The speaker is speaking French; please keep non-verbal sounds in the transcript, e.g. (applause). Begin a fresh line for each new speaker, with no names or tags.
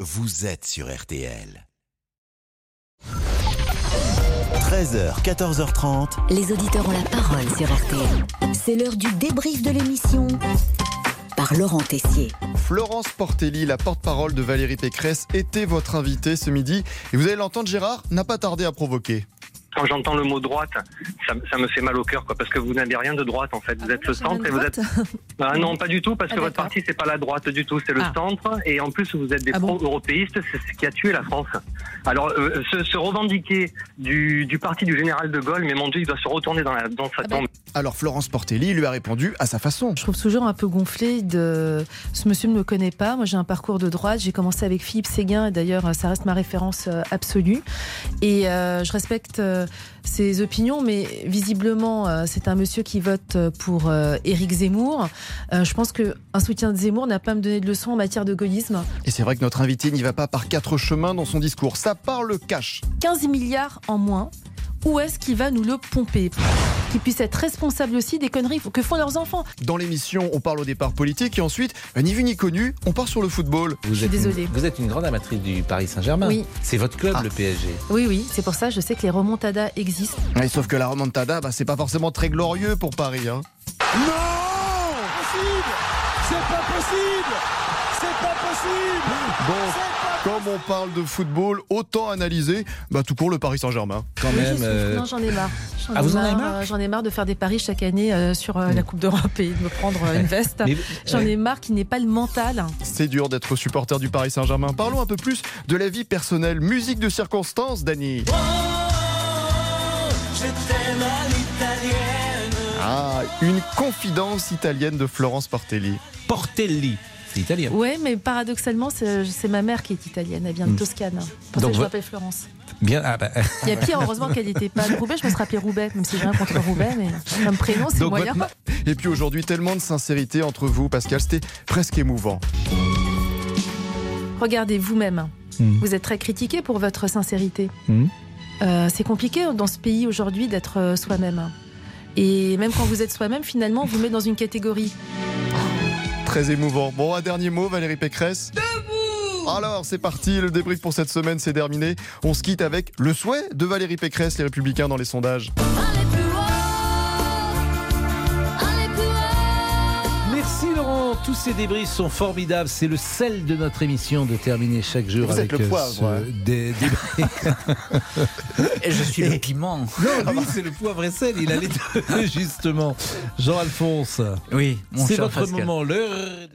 vous êtes sur RTL. 13h, 14h30.
Les auditeurs ont la parole sur RTL. C'est l'heure du débrief de l'émission par Laurent Tessier.
Florence Portelli, la porte-parole de Valérie Pécresse, était votre invitée ce midi. Et vous allez l'entendre, Gérard n'a pas tardé à provoquer
quand j'entends le mot droite, ça, ça, me fait mal au cœur, quoi, parce que vous n'avez rien de droite en fait. Vous ah êtes le centre et vous êtes. Ah non, pas du tout, parce ah, que votre parti c'est pas la droite du tout, c'est le centre. Et en plus, vous êtes des pro-européistes, c'est ce qui a tué la France. Alors, euh, se, se, revendiquer du, du, parti du général de Gaulle, mais mon Dieu, il doit se retourner dans, la, dans sa tombe.
Alors, Florence Portelli lui a répondu à sa façon.
Je trouve toujours un peu gonflé de. Ce monsieur ne me connaît pas. Moi, j'ai un parcours de droite. J'ai commencé avec Philippe Séguin, et d'ailleurs, ça reste ma référence euh, absolue. Et euh, je respecte ses opinions, mais visiblement, euh, c'est un monsieur qui vote pour euh, Éric Zemmour. Euh, je pense qu'un soutien de Zemmour n'a pas à me donner de leçon en matière de gaullisme.
Et c'est vrai que notre invité n'y va pas par quatre chemins dans son discours. Ça parle cash.
15 milliards en moins. Où est-ce qu'il va nous le pomper Qu'ils puissent être responsables aussi des conneries que font leurs enfants.
Dans l'émission, on parle au départ politique et ensuite, euh, ni vu ni connu, on part sur le football.
Vous je suis désolée.
vous êtes une grande amatrice du Paris Saint-Germain.
Oui.
C'est votre club, ah. le PSG.
Oui, oui, c'est pour ça je sais que les remontadas existent.
Ouais, sauf que la remontada, bah, c'est pas forcément très glorieux pour Paris. Hein.
Non C'est pas possible C'est pas possible
Bon. Comme on parle de football, autant analyser bah, tout court le Paris Saint-Germain.
Quand même. Euh...
Non, j'en ai marre. J'en
ah, ai,
marre, euh,
marre
j'en ai marre de faire des paris chaque année euh, sur euh, mmh. la Coupe d'Europe et de me prendre euh, une veste. Mais... J'en ai marre qu'il n'ait pas le mental.
C'est dur d'être supporter du Paris Saint-Germain. Parlons un peu plus de la vie personnelle. Musique de circonstance, Dany. Oh, ah, une confidence italienne de Florence Portelli.
Portelli. Italien.
Ouais, mais paradoxalement, c'est ma mère qui est italienne. Elle vient de Toscane. Pour Mm. Donc, ça que je m'appelle Florence.
Bien, ah bah. (laughs)
Il y a pire, heureusement qu'elle n'était pas de Roubaix. Je me serais appelée Roubaix, même si j'ai rien contre Roubaix, mais comme prénom, c'est moyen. Votre...
Et puis aujourd'hui, tellement de sincérité entre vous, Pascal, c'était presque émouvant.
Regardez vous-même. Mmh. Vous êtes très critiqué pour votre sincérité. Mmh. Euh, c'est compliqué dans ce pays aujourd'hui d'être euh, soi-même. Et même quand vous êtes soi-même, finalement, on vous met dans une catégorie
très émouvant. Bon, un dernier mot, Valérie Pécresse.
Debout
Alors, c'est parti, le débrief pour cette semaine, c'est terminé. On se quitte avec le souhait de Valérie Pécresse, les Républicains dans les sondages.
Allez plus haut, allez plus haut.
Merci Laurent, tous ces débriefs sont formidables. C'est le sel de notre émission de terminer chaque jour
Vous
avec euh,
êtes le poivre. Ce... Ouais.
Des,
des... Et je suis et... le piment.
(laughs) Non, lui, c'est le poivre et sel. Il allait (laughs) justement. Jean-Alphonse.
Oui,
C'est votre Pascal. moment. L'heure.